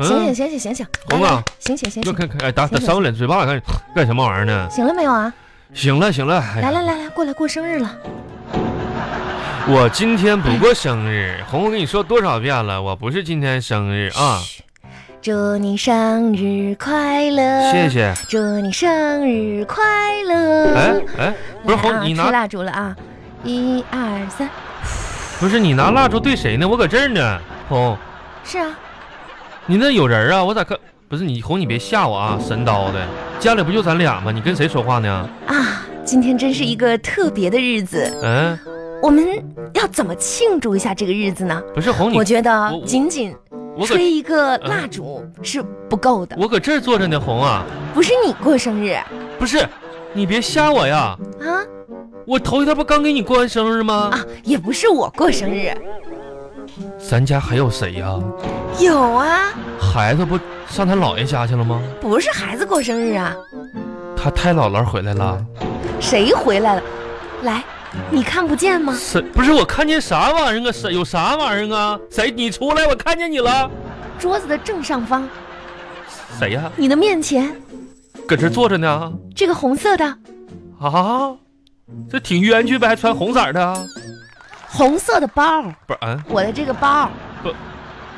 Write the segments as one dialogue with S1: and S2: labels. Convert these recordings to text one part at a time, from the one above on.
S1: 醒醒醒醒醒醒，
S2: 嗯红
S1: 来
S2: 啊
S1: 来醒醒醒
S2: 那
S1: 醒，
S2: 看看，哎，打打
S1: 行行
S2: 扇我脸嘴巴，干干什么玩意儿呢？
S1: 醒了没有啊？
S2: 行了行了，哎呀
S1: 来来来来，过来过生日了，
S2: 我今天不过生日，红红跟你说多少遍了，我不是今天生日啊，
S1: 祝你生日快乐，
S2: 谢，谢。
S1: 祝你生日快乐。
S2: 哎哎，不是
S1: 来啊
S2: 红，你
S1: 吹
S2: 拿
S1: 蜡烛了啊！一二三，
S2: 不是你拿蜡烛对谁呢？我搁这儿呢，红，
S1: 是啊，
S2: 你那有人啊？我咋看？不是你红，你别吓我啊！神叨的，家里不就咱俩吗？你跟谁说话呢？
S1: 啊，今天真是一个特别的日子，
S2: 嗯，
S1: 我们要怎么庆祝一下这个日子呢？
S2: 不是红，你
S1: 我觉得
S2: 我我
S1: 仅仅
S2: 我嗯搁
S1: 吹一个蜡烛是不够的，
S2: 我搁这儿坐着呢，红啊，
S1: 不是你过生日啊？
S2: 不是，你别吓我呀！我头一天不刚给你过完生日吗？
S1: 啊，也不是我过生日，
S2: 咱家还有谁呀、
S1: 有啊，
S2: 孩子不上他姥爷家去了吗？
S1: 不是孩子过生日啊，
S2: 他太姥姥回来了。
S1: 谁回来了？来，你看不见吗？
S2: 谁不是我看见啥玩意儿啊？谁有啥玩意儿啊？谁你出来？我看见你了。
S1: 桌子的正上方，
S2: 谁呀、
S1: 你的面前，
S2: 搁这坐着呢？
S1: 这个红色的，
S2: 啊，这挺冤屈呗，还穿红色儿的啊？
S1: 红色的包，
S2: 不是，嗯，
S1: 我的这个包。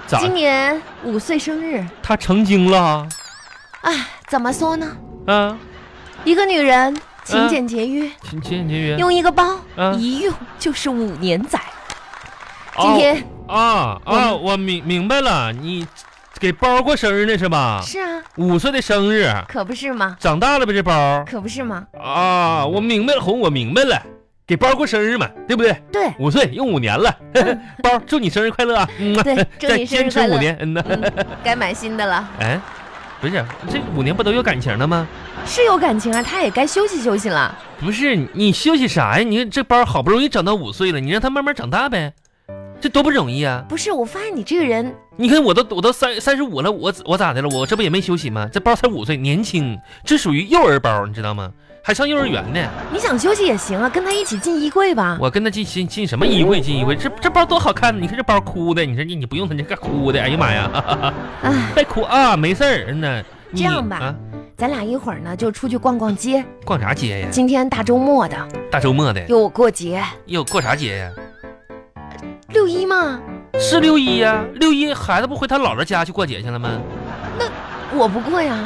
S2: 咋？
S1: 今年五岁生日，
S2: 他成精了？
S1: 哎，怎么说呢？
S2: 啊，
S1: 一个女人勤俭节约，
S2: 勤勤俭节约。
S1: 用一个包、
S2: 嗯
S1: 一用就是五年载。今
S2: 哦
S1: 天、
S2: 啊
S1: 我们
S2: 啊！我明明白了，你给包过生日呢是吧？
S1: 是啊，
S2: 五岁的生日，
S1: 可不是嘛，
S2: 长大了呗这包
S1: 可不是嘛。
S2: 啊！我明白了，红，我明白了，给包过生日嘛，对不对？
S1: 对
S2: 五岁用五年了， 包祝你生日快乐啊！嗯啊，
S1: 嗯对，祝
S2: 再
S1: 你生
S2: 坚
S1: 日
S2: 持
S1: 快
S2: 五
S1: 乐。
S2: 年，嗯呐，
S1: 嗯，该买新的了，
S2: 哎，不是这五年不都有感情的吗？
S1: 是有感情啊，他也该休息休息了。
S2: 不是你休息啥呀？你看这包好不容易长到五岁了，你让他慢慢长大呗，这多不容易啊！
S1: 不是，我发现你这个人，
S2: 你看我都我都三三十五了，我我咋的了？我这不也没休息吗？这包才五岁，年轻，这属于幼儿包，你知道吗？还上幼儿园呢。
S1: 你想休息也行啊，跟他一起进衣柜吧。
S2: 我跟他进进进什么衣柜进衣柜？这这包多好看！你看这包哭的，你说你你不用它，你这干哭的？哎呀妈呀， 哈哈哈
S1: 哎，
S2: 别哭啊，没事儿。嗯呐，你
S1: 这样吧
S2: 啊，
S1: 咱俩一会儿呢就出去逛逛街。
S2: 逛啥街呀？
S1: 今天大周末的，
S2: 大周末的
S1: 有我过节，
S2: 又过啥街呀？
S1: 六一嘛，
S2: 是六一呀、六一孩子不回他姥姥家去过节去了吗？
S1: 我不过呀。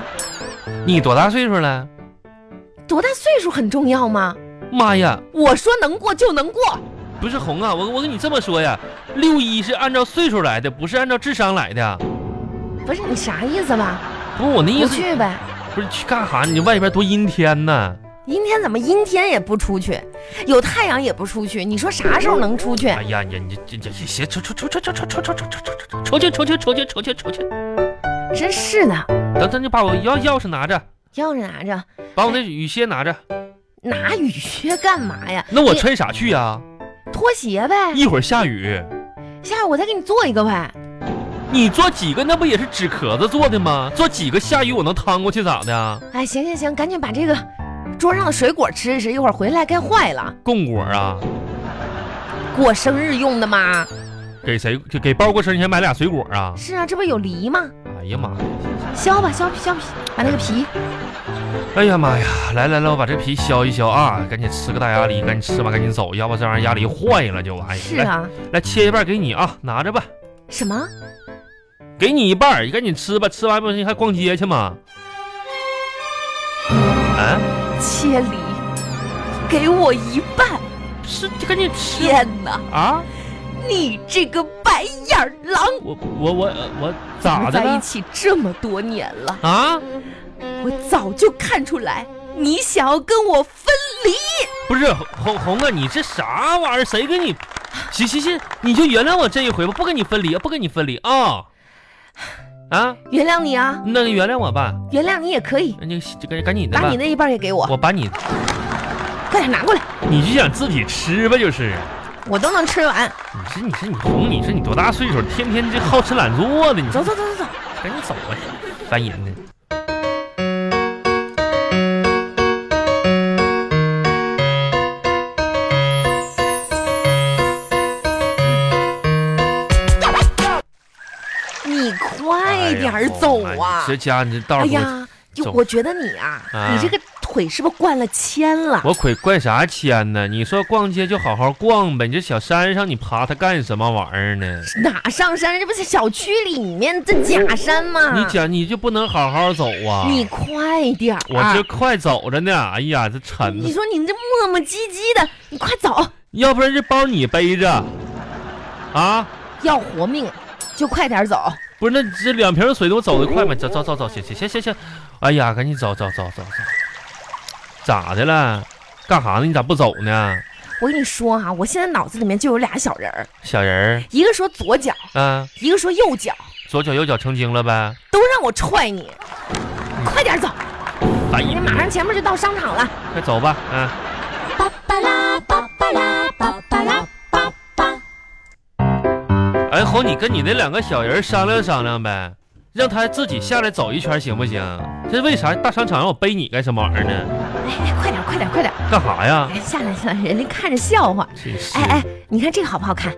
S2: 你多大岁数了？
S1: 多大岁数很重要吗？
S2: 妈呀，
S1: 我说能过就能过。
S2: 不是红啊，我我跟你这么说呀，六一是按照岁数来的，不是按照智商来的。
S1: 不是你啥意思吧？
S2: 不是我那意
S1: 不
S2: 思，
S1: 去呗。
S2: 不是去干啥？你外边多阴天呢！
S1: 阴天怎么阴天也不出去，有太阳也不出去，你说啥时候能出去？
S2: 哎呀，你你这这这鞋出出出出出出出出出出出去出去出去出去出去！
S1: 真是的，
S2: 等等，就把我钥钥匙拿着，
S1: 钥匙拿着，
S2: 把我那雨靴拿着。
S1: 拿雨靴干嘛呀？
S2: 那我
S1: 你
S2: 穿啥去啊？
S1: 拖鞋呗。
S2: 一会儿下雨，
S1: 下午我再给你做一个呗。
S2: 你做几个？那不也是纸壳子做的吗？做几个下雨我能趟过去咋的？
S1: 哎，行行行，赶紧把这个桌上的水果吃一吃，一会儿回来该坏了。
S2: 供果啊？
S1: 过生日用的嘛。
S2: 给谁给给包过生日前买俩水果啊？
S1: 是啊，这不有梨吗？
S2: 哎呀妈呀！
S1: 削吧，削皮，削皮，把那个皮。
S2: 哎呀妈呀！来来来，我把这皮削一削啊！赶紧吃个大鸭梨，赶紧吃吧，赶紧走，要不这玩意儿鸭梨坏了就完。
S1: 是
S2: 哎来
S1: 啊，
S2: 来切一半给你啊，拿着吧，
S1: 什么？
S2: 给你一半儿，你赶紧吃吧，吃完不行还逛街去吗？啊，
S1: 切梨，给我一半！
S2: 吃就赶紧吃
S1: 天哪，
S2: 啊！
S1: 你这个白眼儿狼！
S2: 我我我呃我咋
S1: 我们
S2: 的
S1: 在一
S2: 了？
S1: 起这么多年了，
S2: 啊，
S1: 我早就看出来你想要跟我分离。
S2: 不是红红啊，你这啥玩意儿？谁跟你？行行行，你就原谅我这一回吧，不跟你分离，不跟你分离啊、啊，
S1: 原谅你啊，
S2: 那原谅我吧，
S1: 原谅你也可以，
S2: 那就就赶赶紧的吧
S1: 把你，那一半也给我，
S2: 我把你，
S1: 快点拿过来，
S2: 你就想自己吃吧，就是。
S1: 我都能吃完。
S2: 你说你说你红，你说你多大岁数，天天这好吃懒做的，你
S1: 走
S2: 说
S1: 走走走走，
S2: 赶紧走吧，烦人呢。
S1: 哪哎儿走啊？
S2: 哎这家你到
S1: 哎
S2: 时候
S1: 呀，就
S2: 走
S1: 我觉得你啊，
S2: 啊
S1: 你这个腿是不是灌了铅了？
S2: 我鬼怪啥签呢？你说逛街就好好逛呗，你这小山上你爬它干什么玩意儿呢？
S1: 哪上山？这不是小区里面这假山吗？
S2: 你讲你就不能好好走啊？
S1: 嗯你快点儿、啊
S2: 我这快走着呢，哎呀，这沉
S1: 你
S2: 的，
S1: 说你这磨磨唧唧的，你快走，
S2: 要不然这包你背着，啊，
S1: 要活命就快点走。
S2: 不是那这两瓶水都走得快吗？走走走走，行行行行行，哎呀，赶紧走走走走走，咋的了？干啥呢？你咋不走呢？
S1: 我跟你说哈、我现在脑子里面就有俩小人儿，
S2: 小人
S1: 一个说左脚，
S2: 儿，啊，
S1: 一个说右脚，
S2: 左脚右脚成精了呗？
S1: 都让我踹你，快点走，
S2: 哎
S1: 你
S2: 呀
S1: 马
S2: 妈呀，
S1: 上前面就到商场了。
S2: 快走吧，啊。
S3: 巴巴拉巴巴拉巴巴拉巴巴，
S2: 哎，红，你跟你那两个小人商量商量呗，让他自己下来走一圈行不行？这为啥大商场让我背你干什么玩意儿呢？
S1: 哎，快点，快点，快点，
S2: 干啥呀？
S1: 哎下来，下来，人家看着笑话。
S2: 真是
S1: 哎，哎，你看这个好不好看？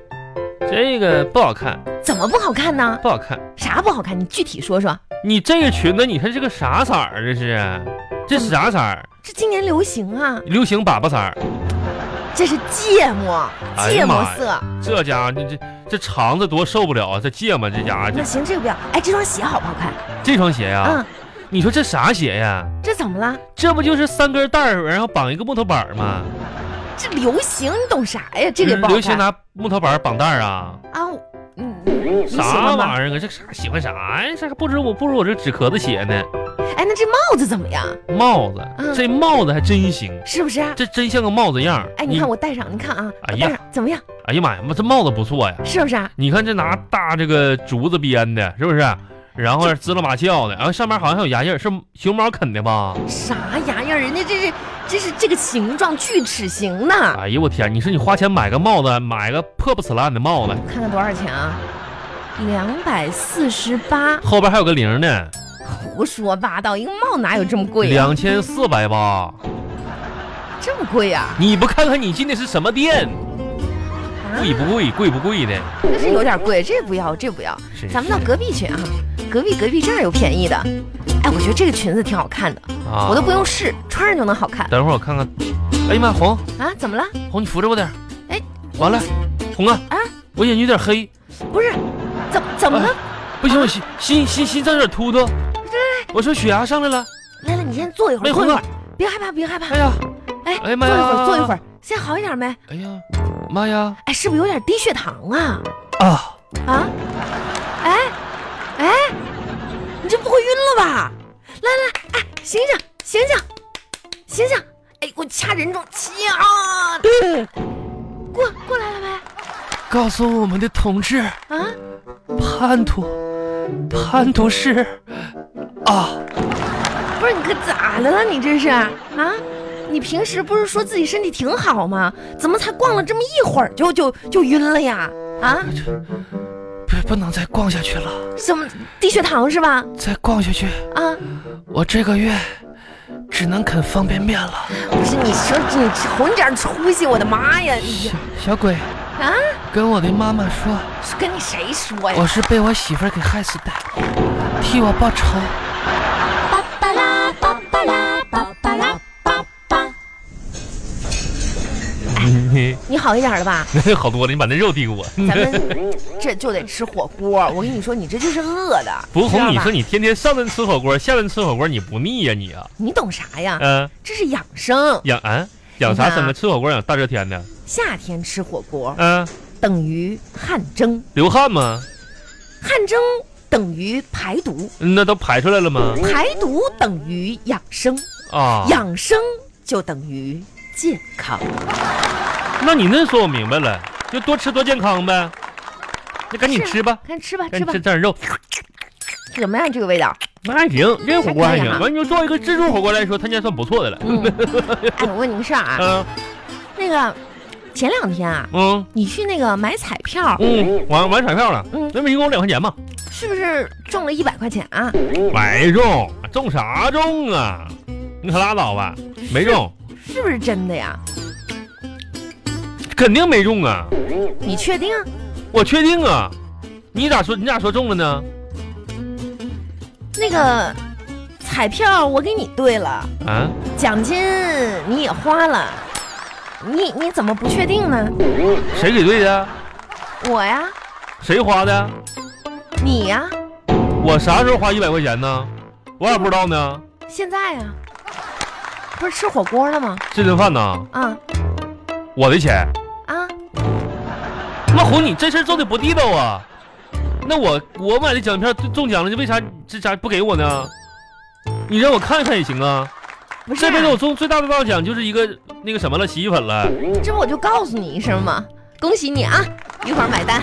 S2: 这个不好看，
S1: 怎么不好看呢？
S2: 不好看。
S1: 啥不好看？你具体说说。
S2: 你这个裙子，你看这个啥色儿？啊这是，这是啥色儿？
S1: 这今年流行啊，
S2: 流行粑粑色儿。
S1: 这是芥末，
S2: 哎
S1: 芥
S2: 呀
S1: 末
S2: 妈呀
S1: 色。
S2: 这家伙，这这这肠子多受不了啊！这芥末，这家伙，
S1: 那
S2: 这
S1: 行，这个不要。哎，这双鞋好不好看？
S2: 这双鞋呀、
S1: 嗯，
S2: 你说这啥鞋呀？
S1: 这怎么了？
S2: 这不就是三根带儿，然后绑一个木头板儿吗？
S1: 这流行你懂啥呀？这个也不好
S2: 嗯
S1: 看。
S2: 流行拿木头板儿绑带儿啊？
S1: 啊，我嗯，你喜
S2: 啥
S1: 欢
S2: 玩
S1: 吗？
S2: 意儿啊？这啥喜欢啥呀？这还不如我不如我这纸壳子鞋呢。
S1: 哎，那这帽子怎么样？
S2: 帽子，
S1: 嗯
S2: 这帽子还真行，
S1: 是不是？
S2: 这真像个帽子样儿。
S1: 哎，你看我戴上，你看啊，
S2: 哎
S1: 我
S2: 呀
S1: 戴上怎么样？
S2: 哎呀妈呀，这帽子不错呀！
S1: 是不是啊？
S2: 你看这拿大这个竹子编的，是不是？然后支了马翘的，然后上面好像还有牙印儿，是熊猫啃的吧？
S1: 啥玩意儿？人家这是这是这个形状锯齿形呢。
S2: 哎呀，我天！你说你花钱买个帽子，买个破不死烂的帽子，
S1: 看看多少钱啊？两百四十八，
S2: 后边还有个零呢，
S1: 胡说八道！一个帽哪有这么贵呀、
S2: 两千四百八。
S1: 这么贵啊呀、
S2: 你不看看你进的是什么店？
S1: 啊？
S2: 贵不贵？贵不贵的？
S1: 那是有点贵，这不要，这不要。
S2: 真
S1: 咱们到
S2: 是
S1: 隔壁去啊，隔壁隔壁这儿有便宜的。哎，我觉得这个裙子挺好看的，
S2: 啊
S1: 我都不用试，穿上就能好看
S2: 等会儿我看看。哎呀妈，红
S1: 啊？怎么了？
S2: 红，你扶着我点儿。
S1: 哎，
S2: 完了，红啊
S1: 啊，
S2: 我眼睛有点黑，
S1: 不是，怎怎么了？
S2: 不行，我心心心心脏有点突突。我说血压上来了。
S1: 来来，你先坐一会
S2: 哎，
S1: 儿，坐
S2: 红
S1: 一会
S2: 啊
S1: 儿，，别害怕，别害怕
S2: 哎。呀，
S1: 哎，
S2: 哎呀
S1: 坐
S2: 妈
S1: 一
S2: 呀
S1: 会儿，坐一会儿，现在好一点没？
S2: 哎呀，妈呀
S1: 哎，是不是有点低血糖啊？
S2: 啊！
S1: 啊？哎哎，你这不会晕了吧？来来，哎，醒醒，醒醒，醒醒！哎，给我掐人中，掐！过过来了没？
S2: 告诉我们的同志，
S1: 啊？
S2: 叛徒，叛徒是啊，
S1: 不是你可咋的了？你这是啊？你平时不是说自己身体挺好吗？怎么才逛了这么一会儿就就就晕了呀？啊？
S2: 不不能再逛下去了，
S1: 什么低血糖是吧？
S2: 再逛下去，
S1: 啊？
S2: 我这个月只能啃方便面了。
S1: 不是你说你瞅你点出息，我的妈呀！你
S2: 小小鬼，
S1: 啊？
S2: 跟我的妈妈说。
S1: 跟你谁说呀？
S2: 我是被我媳妇儿给害死的，替我 报仇。
S3: 巴巴拉巴巴拉巴巴拉巴巴。
S1: 你好一点 了吧？
S2: 好多了，你把那肉递给我。
S1: 咱们这就得吃火锅。我跟你说，你这就是饿的。
S2: 不
S1: 知道
S2: 红，你
S1: 吧
S2: 说你天天上顿吃火锅，下顿吃火锅，你不腻呀、你啊？
S1: 你懂啥呀？
S2: 嗯、
S1: 这是养生。
S2: 养啊养啥生
S1: 你
S2: 啊？
S1: 看
S2: 吃火锅养大热天的，
S1: 夏天吃火锅
S2: 嗯、
S1: 等于汗蒸，
S2: 流汗吗？
S1: 汗蒸等于排毒，
S2: 那都排出来了吗？
S1: 排毒等于养生，
S2: 啊，
S1: 养生就等于健康。
S2: 那你那说我明白了，就多吃多健康呗。那赶紧
S1: 是啊
S2: 吃吧，
S1: 看吃吧，
S2: 赶
S1: 吃
S2: 紧
S1: 吧
S2: 吃，点肉，
S1: 怎么样？这个味道？
S2: 那还行，这火锅还行
S1: 还可以。啊
S2: 完，你就作为一个自助火锅来说，它应该算不错的了。
S1: 嗯。哎，我问你个事儿啊，
S2: 嗯
S1: 那个前两天啊，
S2: 嗯
S1: 你去那个买彩票，
S2: 嗯，完完彩票了，
S1: 嗯
S2: 那不一共两块钱吗？
S1: 是不是中了一百块钱啊？
S2: 没中，中啥中啊？你可拉倒吧，没中，
S1: 是不是真的呀？
S2: 肯定没中啊！
S1: 你确定？
S2: 我确定啊！你咋说？你咋说中了呢？
S1: 那个彩票我给你兑了，
S2: 啊，
S1: 奖金你也花了，你你怎么不确定呢？
S2: 谁给兑的？
S1: 我呀，
S2: 谁花的？
S1: 你呀，
S2: 我啥时候花一百块钱呢？我咋不知道呢？
S1: 现在呀，不是吃火锅了吗？
S2: 这顿饭呢？
S1: 啊
S2: 我的钱。
S1: 啊，
S2: 那红，你这事儿做的不地道啊！那我我买的奖票中中奖了，你为啥这咋不给我呢？你让我看看也行啊！
S1: 不是、
S2: 这
S1: 啊，
S2: 辈子我中最大的大奖就是一个那个什么了，洗衣粉了。
S1: 这不我就告诉你一声吗？恭喜你啊，一会儿买单。